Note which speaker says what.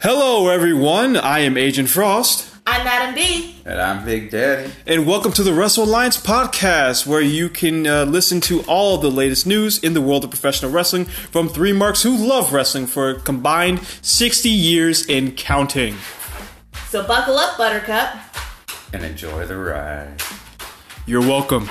Speaker 1: Hello, everyone. I am Agent Frost,
Speaker 2: I'm Madam B.
Speaker 3: And I'm Big Daddy.
Speaker 1: and welcome to the Wrestle Alliance podcast, where you can uh, listen to all of the latest news in the world of professional wrestling from three marks who love wrestling for a combined 60 years and counting.
Speaker 2: So buckle up, Buttercup.
Speaker 3: And enjoy the ride.
Speaker 1: You're welcome.